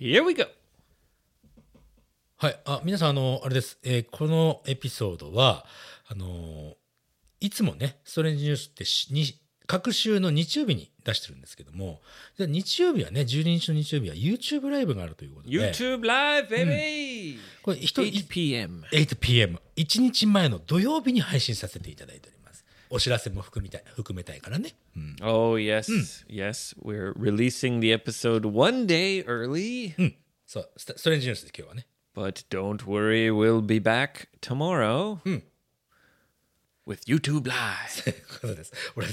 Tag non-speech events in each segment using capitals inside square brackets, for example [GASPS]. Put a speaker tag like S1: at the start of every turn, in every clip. S1: Here we go!
S2: はい、あ皆さんあのあれです、えーこのエピソードはあのーいつもねストレンジニュースってしに各週の日曜日に出してるんですけどもで日曜日はね12日の日曜日は YouTube ライブがあるということで
S1: YouTube Live, baby!
S2: これ一人
S3: 8pm
S2: 8pm1 日前の土曜日に配信させていただいておりますお知らせも含みたい含めたいからね、うん、
S1: Oh, yes,
S2: Hmm.
S1: yes. We're releasing the episode one day early,
S2: Hmm. そうスタストレンジニュースで今日はね
S1: but don't worry, we'll be back tomorrow
S2: Hmm.
S1: with YouTube Live.
S2: [LAUGHS] ということです。俺、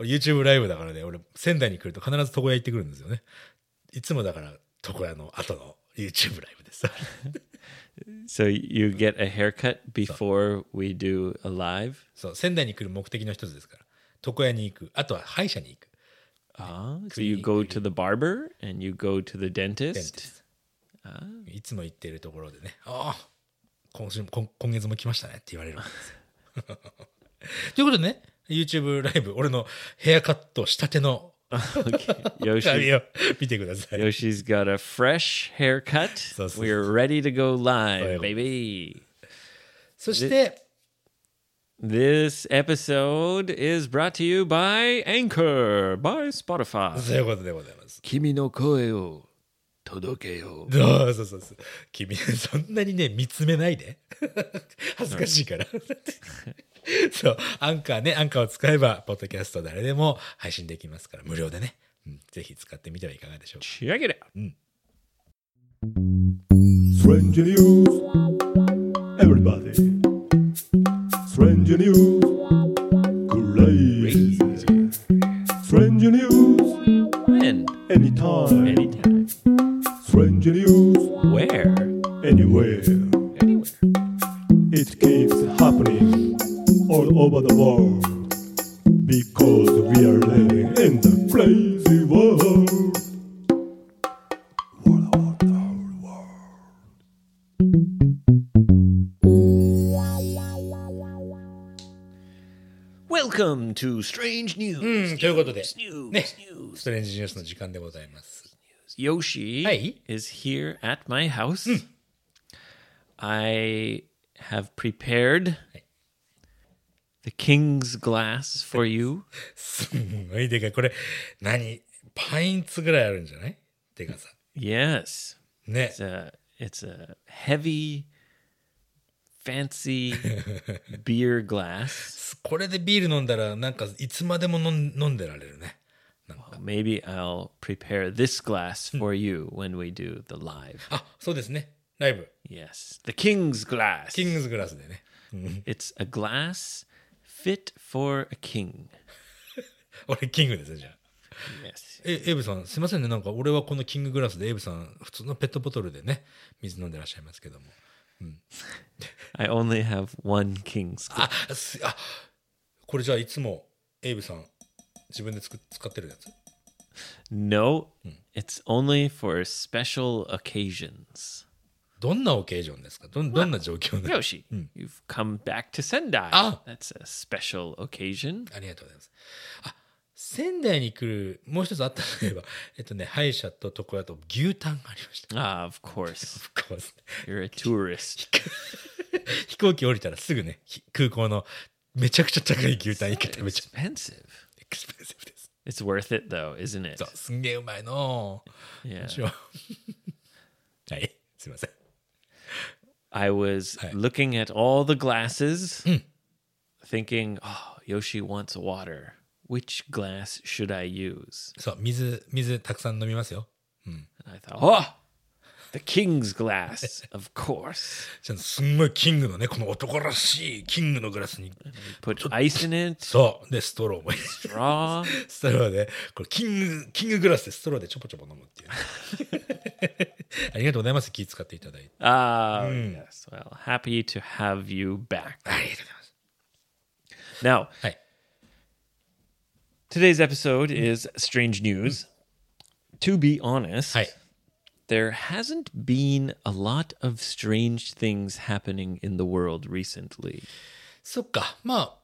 S2: 俺 YouTube ライブだからね、俺、仙台に来ると必ず床屋行ってくるんですよね。いつもだから、床屋の後の YouTube ライブです。 [LAUGHS]
S1: So you get a haircut before we do a live?
S2: そう、仙台に来る目的の一つですから。床屋に行く。あとは歯医者に行く。
S1: Ah, so you go to the barber and you go to the
S2: デン
S1: dentist.
S2: ティ [LAUGHS] ストいつも行っているところでね、ああ、今週も今、今月も来ましたねって言われるんですよ。ということでね、YouTube ライブ、俺のヘアカットしたての
S1: Yoshi,
S2: 髪を見てください。
S1: Yoshi's got a fresh haircut.
S2: So- so-
S1: We're ready to go live,
S2: Well.
S1: baby.
S2: そして、
S1: This episode is brought to you by Anchor, by Spotify.
S2: そういうことでございます。
S3: 君の声を届けよう
S2: [LAUGHS] そうそうそうそう。君、そんなにね、見つめないで。 [LAUGHS] 恥ずかしい [LAUGHS] から。そう、アンカーね、アンカーを使えば、ポッドキャスト誰でも配信できますから、無料でね。うんぜひ使ってみてはいかがでしょうか。
S1: Check it out.
S4: French news. Everybody. French news. Crazy. French news.
S1: When?
S4: Anytime.
S1: Anytime.
S4: French news.
S1: Where?
S4: Anywhere.
S1: Anywhere.
S4: It keeps happening all over the world. Because we are living in the crazy world. World, world, world, world.
S2: うん、
S1: Hmm.
S2: ということで、ね、
S1: [LAUGHS]
S2: ストレンジニュースの時間でございます。
S1: Yoshi
S2: Hey.
S1: is here at my house. I have prepared the king's glass for [LAUGHS] you.
S2: すんごいでかい。これ、何パインツぐらいあるんじゃないでかさ。
S1: Yes.
S2: ね
S1: It's。a, it's a heavy, [LAUGHS] fancy beer glass.
S2: これでビール飲んだら、なんか、いつまでも飲ん飲んでられるね。
S1: Maybe I'll prepare this glass for you when we do the live.
S2: あ、そうですね。ライブ。
S1: Yes. The king's glass.
S2: キングズグラスでね。
S1: It's a glass fit for a king.
S2: 俺、キングですね、じゃあ。
S1: Yes.
S2: えエイブさんすいませんねなんか俺はこのキンググラスでエイブさん普通のペットボトルでね水飲んでらっしゃいますけども
S1: I only have one king's glass.
S2: あすあこれじゃあいつもエイブさん自分で作っ使ってるやつ
S1: No, it's only for special occasions.
S2: どんなオケージョンですかどんどんな状況で
S1: Yoshi, you've come back to Sendai.
S2: Ah.
S1: That's a special occasion.
S2: ありがとうございますあ仙台に来るもう一つあったといえば [LAUGHS] えっとね歯医者と床屋と牛タンがありました [LAUGHS]
S1: Ah, [LAUGHS] of course.
S2: こう
S1: You're a [LAUGHS] tourist.
S2: 飛行機降りたらすぐねひ空港のめちゃくちゃ高い牛タン一回食べちゃ
S1: Expensive.
S2: うエクスペンシブです
S1: It's worth it though, isn't it?
S2: そうすんげえうまいの
S1: Yeah.
S2: しようはい、すいません。
S1: I was looking at all the glasses, thinking, "Oh, Yoshi wants water. Which glass should I use?"
S2: そう、水、水たくさん飲みますよ。
S1: And I thought, "Oh, the king's [LAUGHS] glass, of course."
S2: じゃあすんごいキングのね、この男らしいキングのグラスに。
S1: [LAUGHS] Put ice in it,
S2: そう、で、ストローもいい。 [LAUGHS]
S1: straw.
S2: ストローで、これキング、キンググラスでストローでちょぼちょぼ飲むっていうね、 [LAUGHS] ありがとうございます。気使っていただいて。
S1: Ah, yes. Well, happy to have you back.
S2: ありがとうございます。
S1: Now,
S2: はい。
S1: today's episode is strange news. To be honest,
S2: はい。
S1: there hasn't been a lot of strange things happening in the world recently.
S2: そっか。まあ、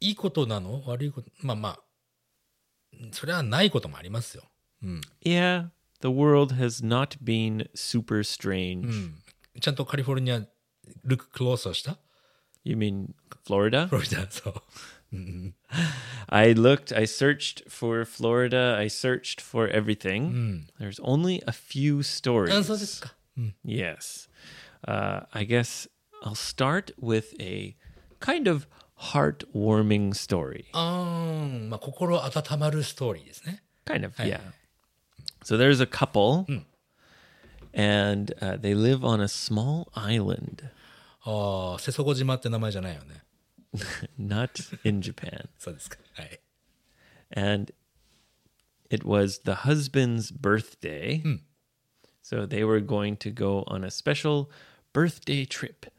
S2: いいことなの悪いこと。まあまあ、それはないこともありますよ。
S1: Yeah, the world has not been super strange.
S2: ちゃんとカリフォルニア、ルッククロースをした
S1: You mean Florida?
S2: フロリダ、そう。
S1: I looked, I searched for Florida, I searched for everything. There's only a few
S2: あ、
S1: stories.
S2: そうですか。
S1: Yes. Uh, I guess I'll start with a kind of heartwarming story.
S2: あーまあ、心温まるストーリーですね。
S1: Kind of, yeah. So there's a couple, and uh, they live on a small island,
S2: ああ、瀬底島って名前じゃないよね。
S1: not in Japan.
S2: そうですか。はい。
S1: And it was the husband's birthday. So they were going to go on a special birthday trip.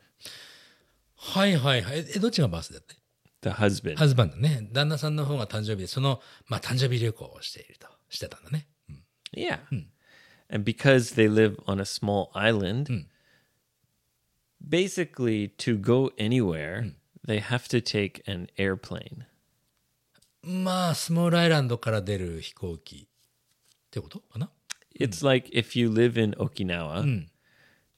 S2: はいはいはい。え、どっちがバースデーだって
S1: The husband.
S2: ハズバンドね。旦那さんの方が誕生日で、その、まあ、誕生日旅行をしていると、してたんだね。
S1: Yeah. And because they live on a small island, basically to go anywhere, they have to take an airplane.
S2: まあ、スモールアイランドから出る飛行機ってことかな
S1: It's like if you live in Okinawa,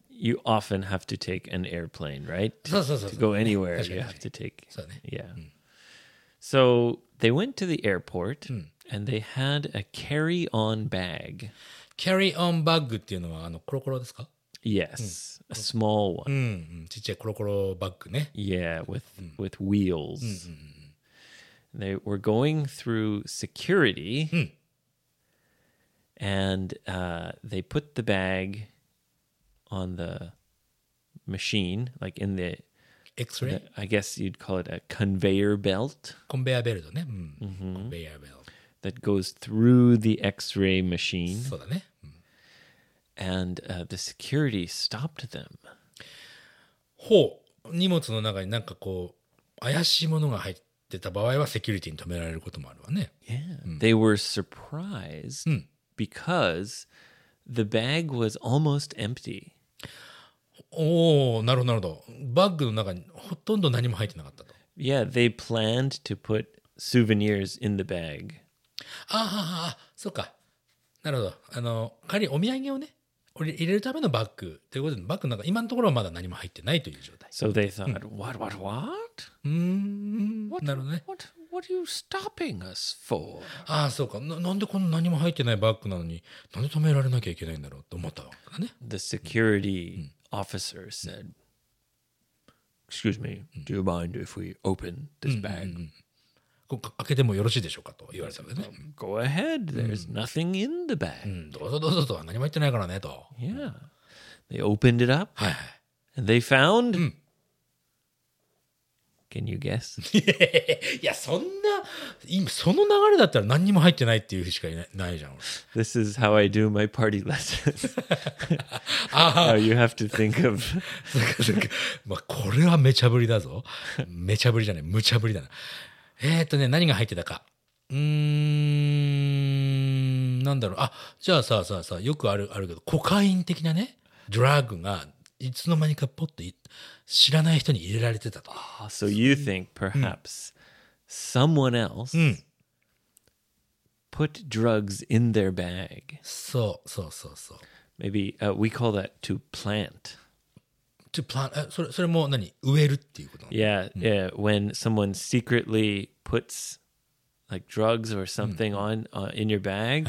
S1: you often have to take an airplane, right? To,
S2: そうそうそう
S1: to
S2: そう。
S1: go anywhere, you
S2: 確かに
S1: have to take.
S2: そうだね。
S1: Yeah. So they went to the airport and they had a carry on bag.
S2: キャリーオンバッグっていうのは、あの、コロコロですか
S1: Yes, a small one.
S2: うん、うん。ちっちゃいコロコロバッグね。
S1: Yeah, with with wheels. They were going through security, and uh, they put the bag on the machine, like in the.
S2: X-ray?
S1: I guess you'd call it a conveyor belt
S2: コンベアベルトね。うん。コンベアベルト。
S1: that goes through the X-ray machine,
S2: そうだね。うん
S1: and uh, the security stopped them.
S2: ほう。荷物の中になんかこう、怪しいものが入ってた場合はセキュリティに止められることもあるわね。
S1: Yeah. Hmm. They were surprised because the bag was almost empty.
S2: おおなるほどなるほど。バッグの中にほとんど何も入ってなかったと。
S1: Yeah, they planned to put souvenirs in the bag.
S2: あーあー、あーそうか。なるほど。あの、仮にお土産をね、入れ入れるためのバッグということで、バッグの中、今のところはまだ何も入ってないという状態。
S1: So they thought, what, what, what?
S2: うーん、なるほどね。
S3: What, what are you stopping us for?
S2: ああ、そうかな。なんでこの何も入ってないバッグなのに、なんで止められなきゃいけないんだろうと思ったわけだね。
S1: The security officer said, Excuse me, do you mind if we open this bag?
S2: こうか開けてもよろしいでしょうかと言われたわけね。
S1: Go ahead, there's nothing in the bag.
S2: うん、どうぞどうぞと、何も入ってないからねと。
S1: Yeah. They opened it up
S2: はいはい。
S1: and they found. Can you guess?
S2: いや、そんな、今、その流れだったら何にも入ってないっていう日しかいないないじゃん。俺
S1: this is how I do my party [LAUGHS] lessons.
S2: ああ、
S1: how you have to think of.
S2: そっかそっかまあ、これはめちゃぶりだぞ。めちゃぶりじゃない、むちゃぶりだな。えー、っとね、何が入ってたか。うーん、なんだろう。あ、じゃあさ、さ、さ、よくある、あるけど、コカイン的なね、ドラッグが、いつの間にかポッとい知らない人に入れられてたと。
S1: So you think perhaps someone else put drugs in their bag?
S2: そう、そう、そう、そう。
S1: Maybe uh, we call that to plant.
S2: to plant えそれそれも何植えるっていうことなの
S1: Yeah, yeah. When someone secretly puts like drugs or something on uh, in your bag,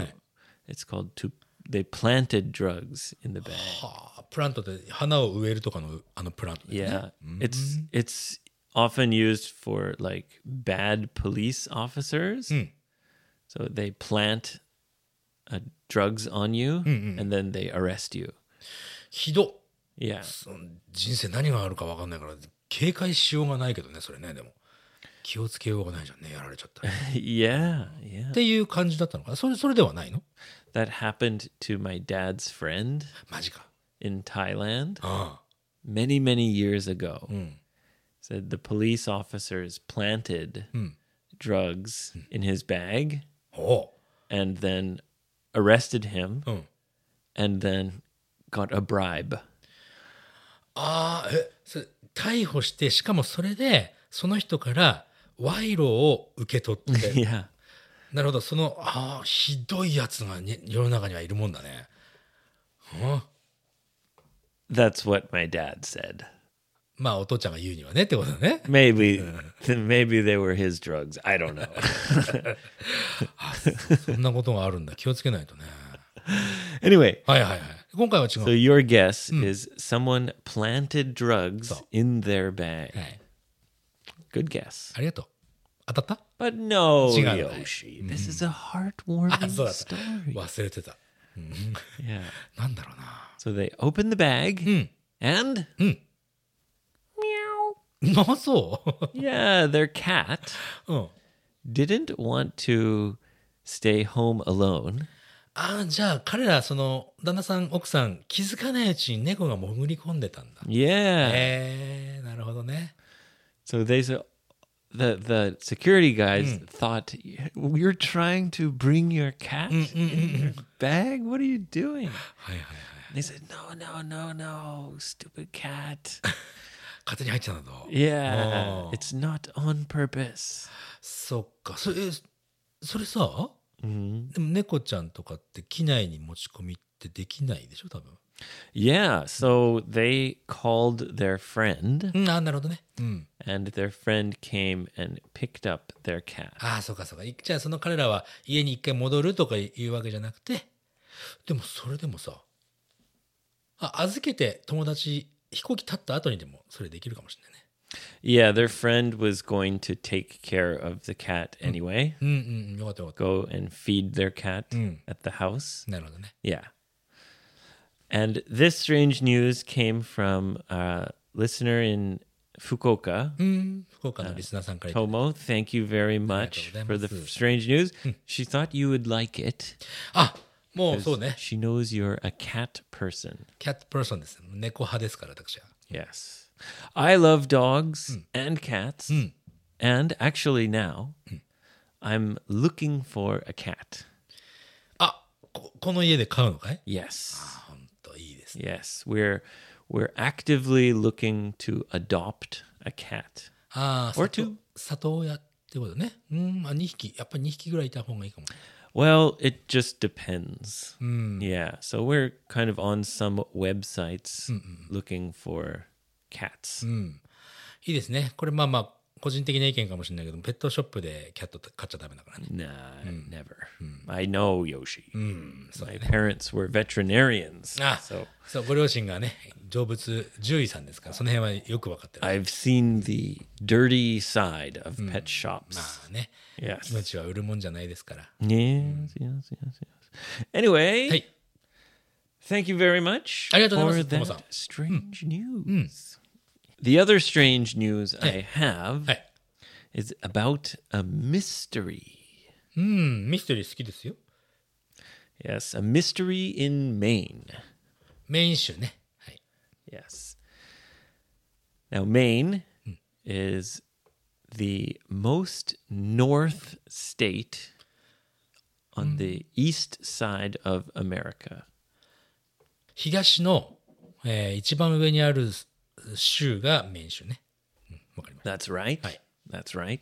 S1: it's called to. They planted drugs in the bag.
S2: はあプラントって花を植えるとかのあのプラントだよね
S1: Yeah, it's it's often used for like bad police officers. So they plant uh, drugs on you, and then they arrest you.
S2: ひどっ
S1: Yeah,
S2: その人生何があるか分かんないから警戒しようがないけどねそれねでも気をつけようがないじゃんねやられちゃ [LAUGHS] ったらっ
S1: [LAUGHS] yeah, yeah.
S2: ていう感じだったのかなそれそれではないの
S1: That happened to my dad's friend
S2: マジか
S1: in Thailand
S2: あ
S1: many many years ago. Said the police officers planted drugs in his bag,
S2: あお
S1: and then arrested him.
S2: う、うん、
S1: and then got a bribe.
S2: ああえそれ逮捕してしかもそれでその人から賄賂を受け取って [LAUGHS]
S1: [LAUGHS] Yeah.
S2: なるほどそのああひどいやつが、ね、世の中にはいるもんだね、うん、
S1: That's what my dad said.
S2: まあお父ちゃんが言うにはねってことだね
S1: Maybe, [LAUGHS] maybe they were his drugs. I don't know.
S2: そんなことがあるんだ気をつけないとね
S1: anyway,
S2: はいはいはい今回は違う、
S1: so your guess is someone planted drugs in their bag.
S2: はい、
S1: Good guess.
S2: ありがとう当たった
S1: But no,
S2: 違う。
S1: Yoshi. This is a
S2: あ [LAUGHS]
S1: heartwarming
S2: そうだった
S1: story.
S2: 忘れてた
S1: Yeah.
S2: なんだろうな
S1: So they open the bag and
S2: あそ
S1: yeah, their cat
S2: う、 [LAUGHS] うん、
S1: didn't want to stay home alone.
S2: ああじゃあ彼らその旦那さん奥さん気づかないうちに猫が潜り込んでたんだ
S1: Yeah.
S2: へえなるほどね
S1: So they said the the security guys thought you're trying to bring your cat in your bag. What are you [SIGHS] doing?
S2: はいはいはい
S1: They said, "No, no, no, no, stupid cat." [LAUGHS]
S2: 勝手に入っちゃうんだと
S1: Yeah,
S2: Oh.
S1: it's not on purpose.
S2: そっかそれえそれさ、でも猫ちゃんとかって機内に持ち込みってできないでしょ多分
S1: Yeah, so they called their friend,
S2: うんああなるほどねうん
S1: and their friend came and picked up their cat.
S2: ああそうかそうかいじゃあその彼らは家に一回戻るとかいうわけじゃなくてでもそれでもさあ預けて友達飛行機立った後にでもそれできるかもしれないね
S1: Yeah, their friend was going to take care of the cat anyway,
S2: うんうんうんよかったよかっ
S1: go and feed their cat at the house.
S2: たなるほどね
S1: Yeah. And this strange news came from a listener in Fukuoka,
S2: うん福岡のリスナーさんから言って
S1: Tomo. Hmm. Thank you very much for the strange news. She thought you would like it.
S2: あもうそうね
S1: She knows you're a cat person.
S2: キャットプーソンです猫派ですから私は
S1: Hmm. Yes. I love dogs and cats. And actually, now I'm looking for a cat.
S2: あここの家で飼うのかい
S1: Yes.
S2: ほんといいですね
S1: Yes. We're we're actively looking to adopt a cat.
S2: ああ
S1: Or
S2: 里
S1: two.
S2: 里親ってことねうんあ2匹やっぱり2匹ぐらいいた方がいいかも
S1: Well, it just depends. Yeah. So we're kind of on some websites looking for cats.
S2: いいですねこれまあまあ個人的な意見かもしれないけどペットショップでキャット飼っちゃダメだからね
S1: Nah, never. I know Yoshi.
S2: so-
S1: My parents were veterinarians.
S2: あ
S1: So
S2: そうご両親がね動物獣医さんですからその辺はよく分かってる
S1: I've seen the dirty side of pet shops.
S2: まあね
S1: Yes.
S2: 命は売るもんじゃないですから
S1: Yes, yes, yes, yes. Anyway,
S2: はい
S1: Thank you very much
S2: ありがとうございます、
S1: for
S2: トモさん。
S1: that strange news. The other strange news I have
S2: はい
S1: is about a mystery.
S2: うんミステリー好きですよ
S1: Yes, a mystery in Maine.
S2: メイン州ねはい
S1: Yes. Now, Maine is the most north state on the east side of America.
S2: 東の、えー一番上にある州がメイン州ねうんわ、かりました
S1: That's right.
S2: Right.
S1: That's right.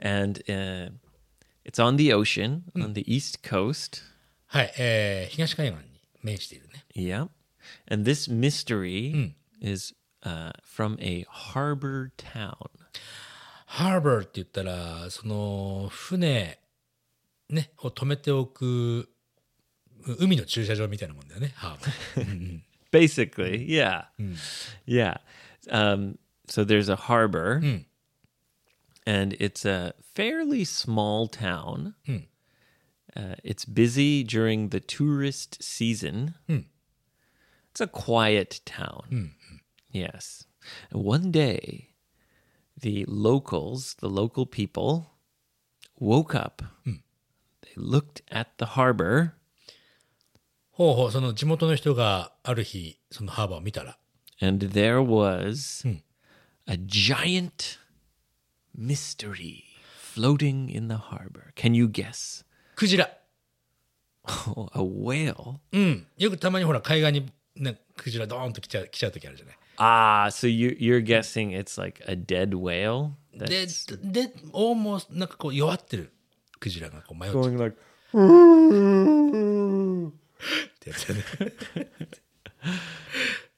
S1: And uh, it's on the ocean, on the east coast.
S2: はい、えー東海岸に面しているね
S1: Yeah. And this mystery is uh, from a harbor town.
S2: ハーバーって言ったらその船、ね、を止めておくう海の駐車場みたいなもんだよねハーバー
S1: Basically, yeah. Yeah. Um, so there's a harbor, and it's a fairly small town. Uh, it's busy during the tourist season. It's a quiet town. Yes. And one day, the locals, the local people, woke up. They looked at the harbor
S2: ほうほうその地元の人がある日そのハーバーを見たら
S1: and there was a giant mystery floating in the harbor. Can you guess? [LAUGHS]
S2: クジラ
S1: Oh, a whale.
S2: うんよくたまにほら海岸に、ね、クジラドーンと来ちゃう来ちゃう時あるじゃない
S1: Ah, so you, you're guessing it's like a dead whale?
S2: で
S1: That's-
S2: でもうなんかこう弱ってるクジラがこう迷っちゃう
S4: going like.
S2: ってやつだね。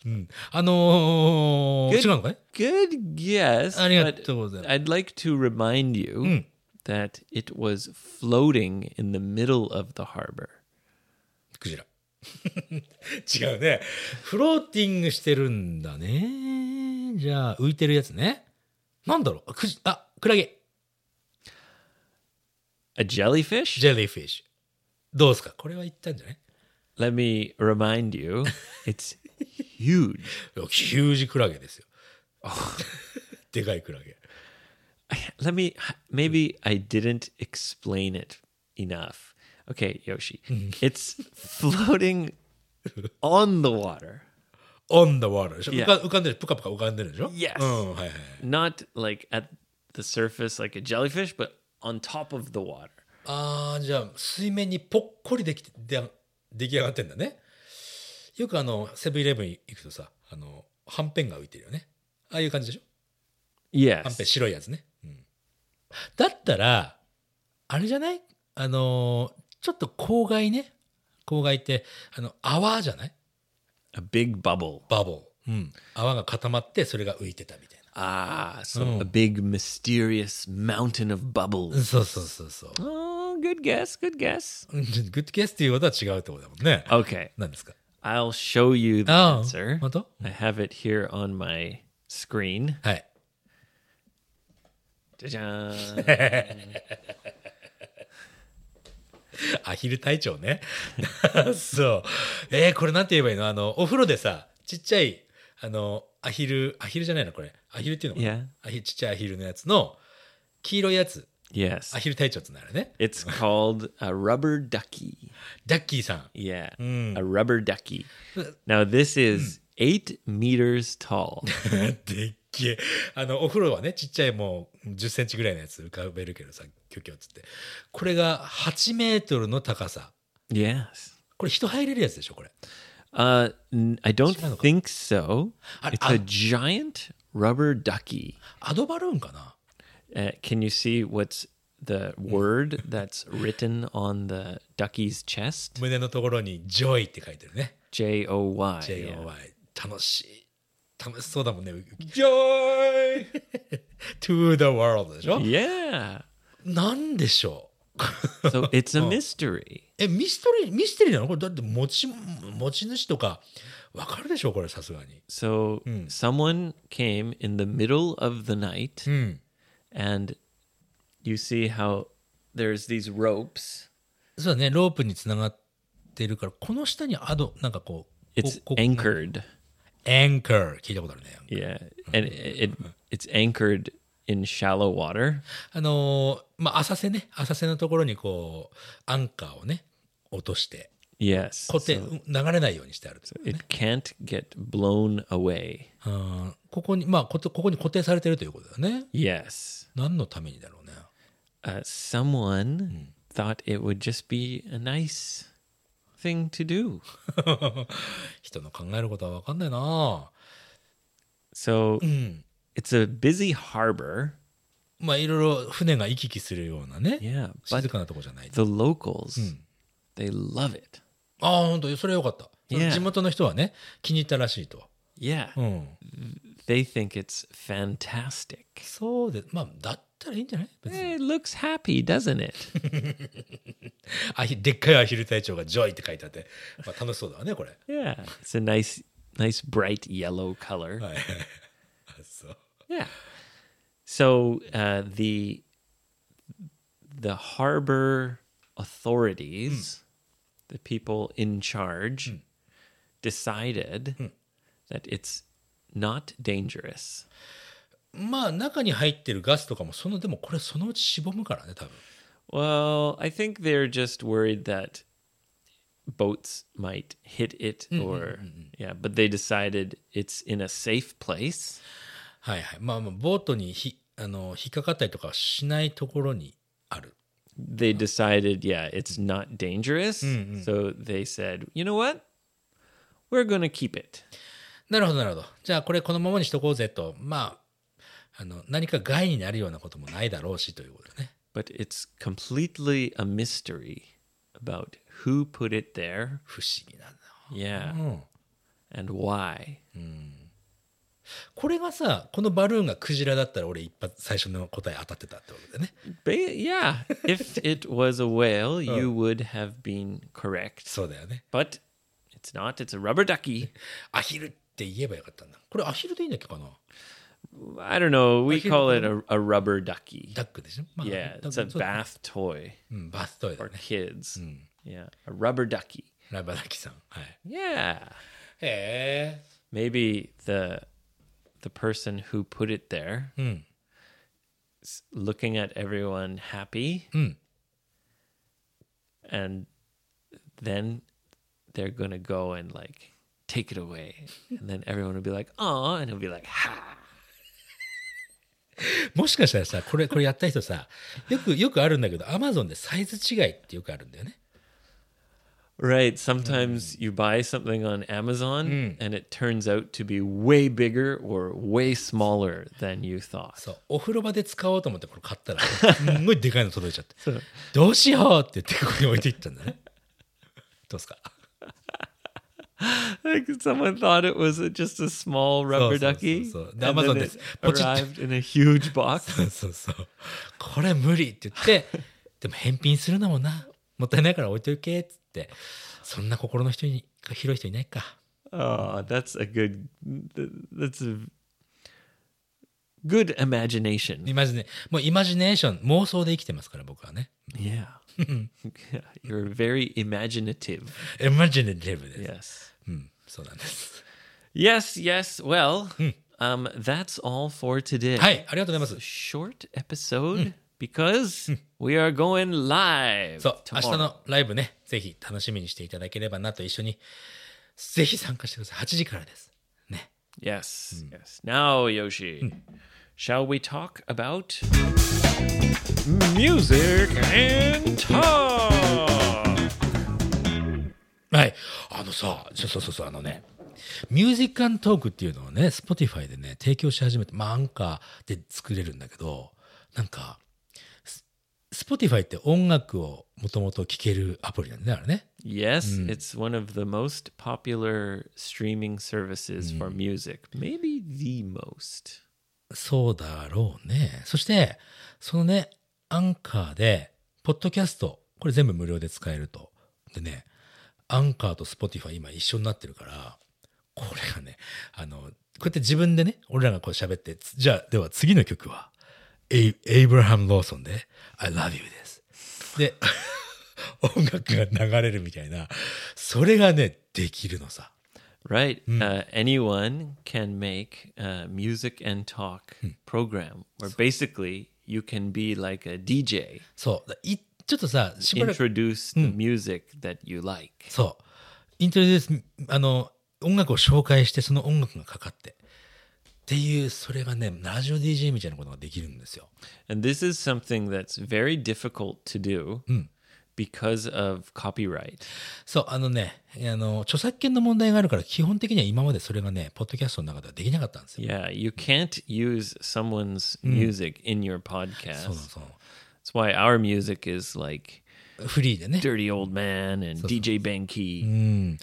S2: うん、あのー、
S1: Good-
S2: 違うのかね
S1: Good guess.
S2: ありが
S1: but
S2: とうございます。
S1: I'd like to remind you that it was floating in the middle of the harbor.
S2: クジラ。 [LAUGHS] 違うね。フローティングしてるんだね。じゃあ、浮いてるやつね。なんだろうクジあ、クラゲ。
S1: A jellyfish?
S2: ジェリーフィッシュ。どうですかこれは言ったんじゃない
S1: Let me remind you, it's huge.
S2: いやヒュージクラゲですよ。 [LAUGHS] でかいクラゲ。
S1: [SIGHS] Let me, maybe I didn't explain it enough. Okay, Yoshi. It's floating on the water,
S2: on the water でしょ
S1: Yeah.
S2: 浮か浮かんでる、ぷかぷか浮かんでるでしょ
S1: Yes.
S2: うん、はいはいはい。
S1: not like at the surface like a jellyfish, but on top of the water.
S2: ああ、じゃあ、水面にぽっこりできて、で出来上がってんだね。よくあの、セブンイレブン行くとさ、あの、はんぺんが浮いてるよね。ああいう感じでしょはんぺん、
S1: Yes.
S2: 白いやつね。うん。だったら、あれじゃないあのー、ちょっと郊外ね。郊外って、あの、泡じゃない
S1: A big bubble.
S2: バボー。うん。泡が固まって、それが浮いてたみたい
S1: Ah, so a big mysterious mountain of
S2: な。
S1: bubbles.
S2: そうそうそうそう。
S1: Oh, good guess, good guess.
S2: グッドゲスっていうことは違うってことだもんね。
S1: Okay,
S2: 何ですか
S1: I'll show you the
S2: ああ、
S1: answer.
S2: 本当
S1: I have it here on my screen.
S2: はい。
S1: Ta-da.
S2: アヒル隊長ね。 [LAUGHS] そう。えーこれなんて言えばいいのあの、お風呂でさ、ちっちゃい、あの、アヒル、アヒルじゃないのこれ。アヒルっていうのかな
S1: Yeah.
S2: アヒルちっちゃいアヒルのやつの、黄色いやつ。
S1: yes.
S2: アヒル隊長ってなるね。
S1: It's called a rubber ducky.
S2: ダッキーさん。 [LAUGHS]
S1: Yeah,
S2: Mm.
S1: a rubber ducky. Now, this is eight meters tall.
S2: でっけえ。あの、お風呂はね、ちっちゃいもう10センチぐらいのやつ浮かべるけどさ、キョキョっつって。これが8メートルの高さ。
S1: yes.
S2: これ人入れるやつでしょこれ。
S1: Uh, n- I don't
S2: 知らなかった。
S1: think so.
S2: I-
S1: It's
S2: I-
S1: a giant rubber ducky.
S2: アドバルーンかな
S1: Uh, can you see what's the word that's written on the ducky's chest?
S2: 胸のところにジョイって書いてるね。
S1: J O Y.
S2: JOY
S1: yeah.、
S2: 楽しい楽しそうだもんね JOY [LAUGHS] to the world でしょ
S1: Yeah.
S2: なんでしょう
S1: So it's a mystery.
S2: [LAUGHS] えミステリーミステリーなのこれだって持ち持ち主とかわかるでしょこれさすがに
S1: So someone came in the middle of the night, and you see how there's these ropes.
S2: そうだねロープにつながってるからこの下にアドなんかこう
S1: It's
S2: ここ
S1: anchored.
S2: アンカー聞いたことあるね
S1: Yeah, and it it's anchored in shallow water.
S2: あのーまあ浅瀬ね浅瀬のところにこうアンカーをね落として
S1: Yes.
S2: 固定流れないようにしてある
S1: It can't get blown away.
S2: うんここに、まあこと、ここに固定されてるということだね。
S1: Yes.
S2: 何のためにだろうね。 [LAUGHS]
S1: uh, someone thought it would just be a nice thing to do.
S2: 人の考えることは分かんないな
S1: So
S2: うん。
S1: it's a busy harbor.
S2: まあ、いろいろ船が行き来するようなね。
S1: Yeah,
S2: 静
S1: but
S2: かなとこじゃない。
S1: the locals they love it.
S2: ああ、本当それよかった。その
S1: Yeah.
S2: 地元の人はね、気に入ったらしいと。
S1: Yeah,
S2: うん。
S1: they think it's fantastic.
S2: そうで、まあ、だったらいいんじゃない別に
S1: Eh, It looks happy, doesn't it?
S2: アヒでっかいアヒル隊長がジョイって書いてあって、まあ、楽しそうだわね、これ。
S1: yeah, it's a nice, nice bright yellow color.
S2: [LAUGHS] はい。そう。
S1: Yeah. So uh, the the harbor authorities, the people in charge, decided that it's not dangerous.
S2: まあ、中に入ってるガスとかも、その、でもこれそのうちしぼむからね、多分。
S1: Well, I think they're just worried that boats might hit it or yeah, but they decided it's in a safe place.
S2: はいはい。まあまあ、ボートにひ、あの、引っかかったりとかはしないところにある。
S1: they decided, yeah, it's not dangerous. So they said, you know what? We're going to keep it.
S2: なるほど、なるほど。じゃあ、これこのままにしとこうぜと。まあ、あの、何か害になるようなこともないだろうしということだね。
S1: but it's completely a mystery about who put it there.
S2: 不思議なんだ
S1: Yeah.
S2: [GASPS] うん、
S1: And why.
S2: これがさこのバルーンがクジラだったら俺一発最初の答え当たってたってことだね
S1: Ba- yeah. if it was a whale, you would have been correct.
S2: そうだよね
S1: But it's not. It's a rubber ducky.
S2: アヒルって言えばよかったんだこれアヒルでいいんだっけかな
S1: I don't know. We
S2: Ducky Oh,
S1: call it a, a rubber ducky.
S2: ダックでしょ、ま
S1: Yeah.
S2: ダック
S1: It's a
S2: そうだね
S1: bath toy
S2: うん、バストイだ
S1: for
S2: ね
S1: kids.
S2: Hmm.
S1: Yeah. A rubber ducky.
S2: ラバラキさんはい
S1: Yeah.
S2: へえ
S1: maybe the the person who put it there
S2: Hmm.
S1: is looking at everyone happy
S2: Hmm.
S1: and then they're gonna go and like take it away and then everyone will be like oh and he'll be like ha
S2: もしかしたらさこれこれやった人さよくよくあるんだけどアマゾンでサイズ違いってよくあるんだよね
S1: right
S2: Um,
S1: sometimes you buy something on amazon
S2: Hmm.
S1: and it turns out to be way bigger or way smaller than you thought
S2: そうお風呂場で使おうと思ってこれ買ったらすんごいでかいの届いちゃってどうしようって言ってここに置いていったんだねどうですか
S1: [LAUGHS] Like someone thought it was a, just a small rubber
S2: so, so,
S1: ducky.
S2: so. The
S1: and
S2: Amazon
S1: then
S2: is- [LAUGHS]
S1: it
S2: Pochit.
S1: arrived in a huge box.
S2: そうそうそうこれ無理って言ってでも返品するのもなもったいないから置いといけっつってそんな心の人に広い人いないか
S1: Oh, that's a good. That's a good imagination.
S2: イマジネもうイマジネーション妄想で生きてますから僕はね [LAUGHS]
S1: Yeah, [LAUGHS] you're very imaginative.
S2: イマジネティブです、
S1: Yes.
S2: うんそうなんです
S1: Yes. Yes. Well,
S2: Hmm.
S1: um, that's all for today.
S2: はいありがとうございます
S1: Short episode because we are going live
S2: そう明日
S1: tomorrow.
S2: のライブねぜひ楽しみにしていただければなと一緒にぜひ参加してください8時からですね
S1: Yes, yes. Now, Yoshi, shall we talk about music and talk?
S2: はいあのさそうそうそうそうあのねミュージックトークっていうのをね Spotify でね提供し始めてまあアンカーで作れるんだけどなんかス Spotify って音楽をもともと聴けるアプリなんだよねあれね
S1: Yes, it's one of the most popular streaming services for music, maybe the most.
S2: そうだろうね。そして、そのね、アンカーで、ポッドキャスト、これ全部無料で使えると。でね、アンカーとスポティファイ今一緒になってるから、これがね、あの、こうやって自分でね、俺らがこう喋って、つじゃあ、では次の曲は、エイエイブラハム・ローソンで、I love you です。で、 [LAUGHS] 音楽が流れるみたいな、それがね、できるのさ。
S1: Right. Uh, anyone can make a music and talk program where basically you can be like a DJ,
S2: そう。だいちょっとさ、しばらく
S1: introduce the music that you like.
S2: そう。イントロデュース、あの、音楽を紹介して、その音楽がかかって。っていう、それがね、ラジオ DJ みたいなことができるんですよ。
S1: And this is something that's very difficult to do because of copyright.
S2: そう、あのね、あの、著作権の問題があるから、基本的には今までそれがね、ポッドキャストの中ではできなかったんですよ。
S1: Yeah, you can't use someone's music in your
S2: そうそう
S1: podcast.
S2: そ
S1: That's why our music is like
S2: う。フリーでね。
S1: Dirty Old Man and DJ Banky.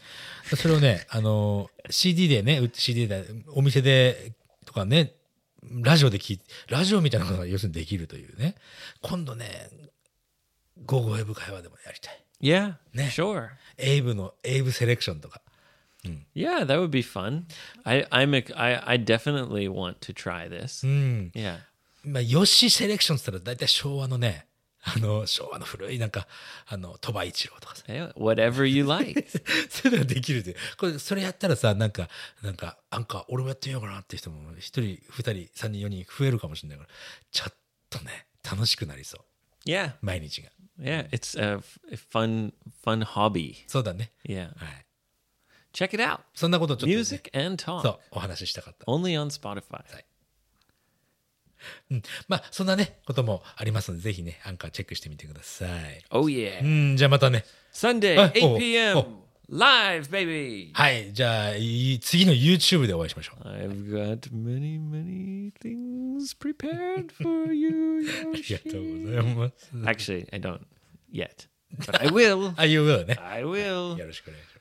S2: それをね、あの、CD でね、う CD で、お店で、とかね、ラジオで聞いラジオみたいなことが要するにできるというね。今度ね、午後エブ会話でもやりたい。
S1: Yeah,
S2: Yeah.
S1: sure.
S2: エイブの、エイブセレクションとか。
S1: Yeah, that would be fun. I I'm ex- I I definitely want to try this.
S2: Hmm.
S1: Yeah.
S2: まあ、ヨッシーセレクションって言ったら大体昭和のね、あの、昭和の古いなんか、あの、鳥羽一郎とかさ、 [LAUGHS]
S1: yeah, whatever you like.
S2: そういうのができるって。これ、それやったらさ、なんか、なんか、なんか、俺もやってみようかなっていう人も、一人、二人、三人、四人増えるかもしれないから、ちょっとね、楽しくなりそう。
S1: yeah.
S2: 毎日が。
S1: Yeah, it's a, f- a fun fun hobby.
S2: そうだね。
S1: Yeah.
S2: はい。
S1: Check it out.
S2: そんなことをちょっと、ね。
S1: Music and talk.
S2: そう、お話ししたかった。
S1: Only on Spotify.
S2: うん。まあ、そんなね、こともありますので、ぜひね、アンカーチェックしてみてください。
S1: Oh
S2: う
S1: yeah.
S2: ん、じゃあまたね。
S1: Sunday,
S2: Uh, Hmm. oh,
S1: 8 p.m.
S2: oh.
S1: Live, baby!
S2: はい。じゃあ、い次の YouTube でお会いしましょう。
S1: I've got many, many things prepared for
S2: [LAUGHS]
S1: you.
S2: あ
S1: Yoshi.
S2: りがとうございます。
S1: Actually, I don't yet, but I will.
S2: [LAUGHS] あ、いうことね。
S1: I will.
S2: よろしくお願いします。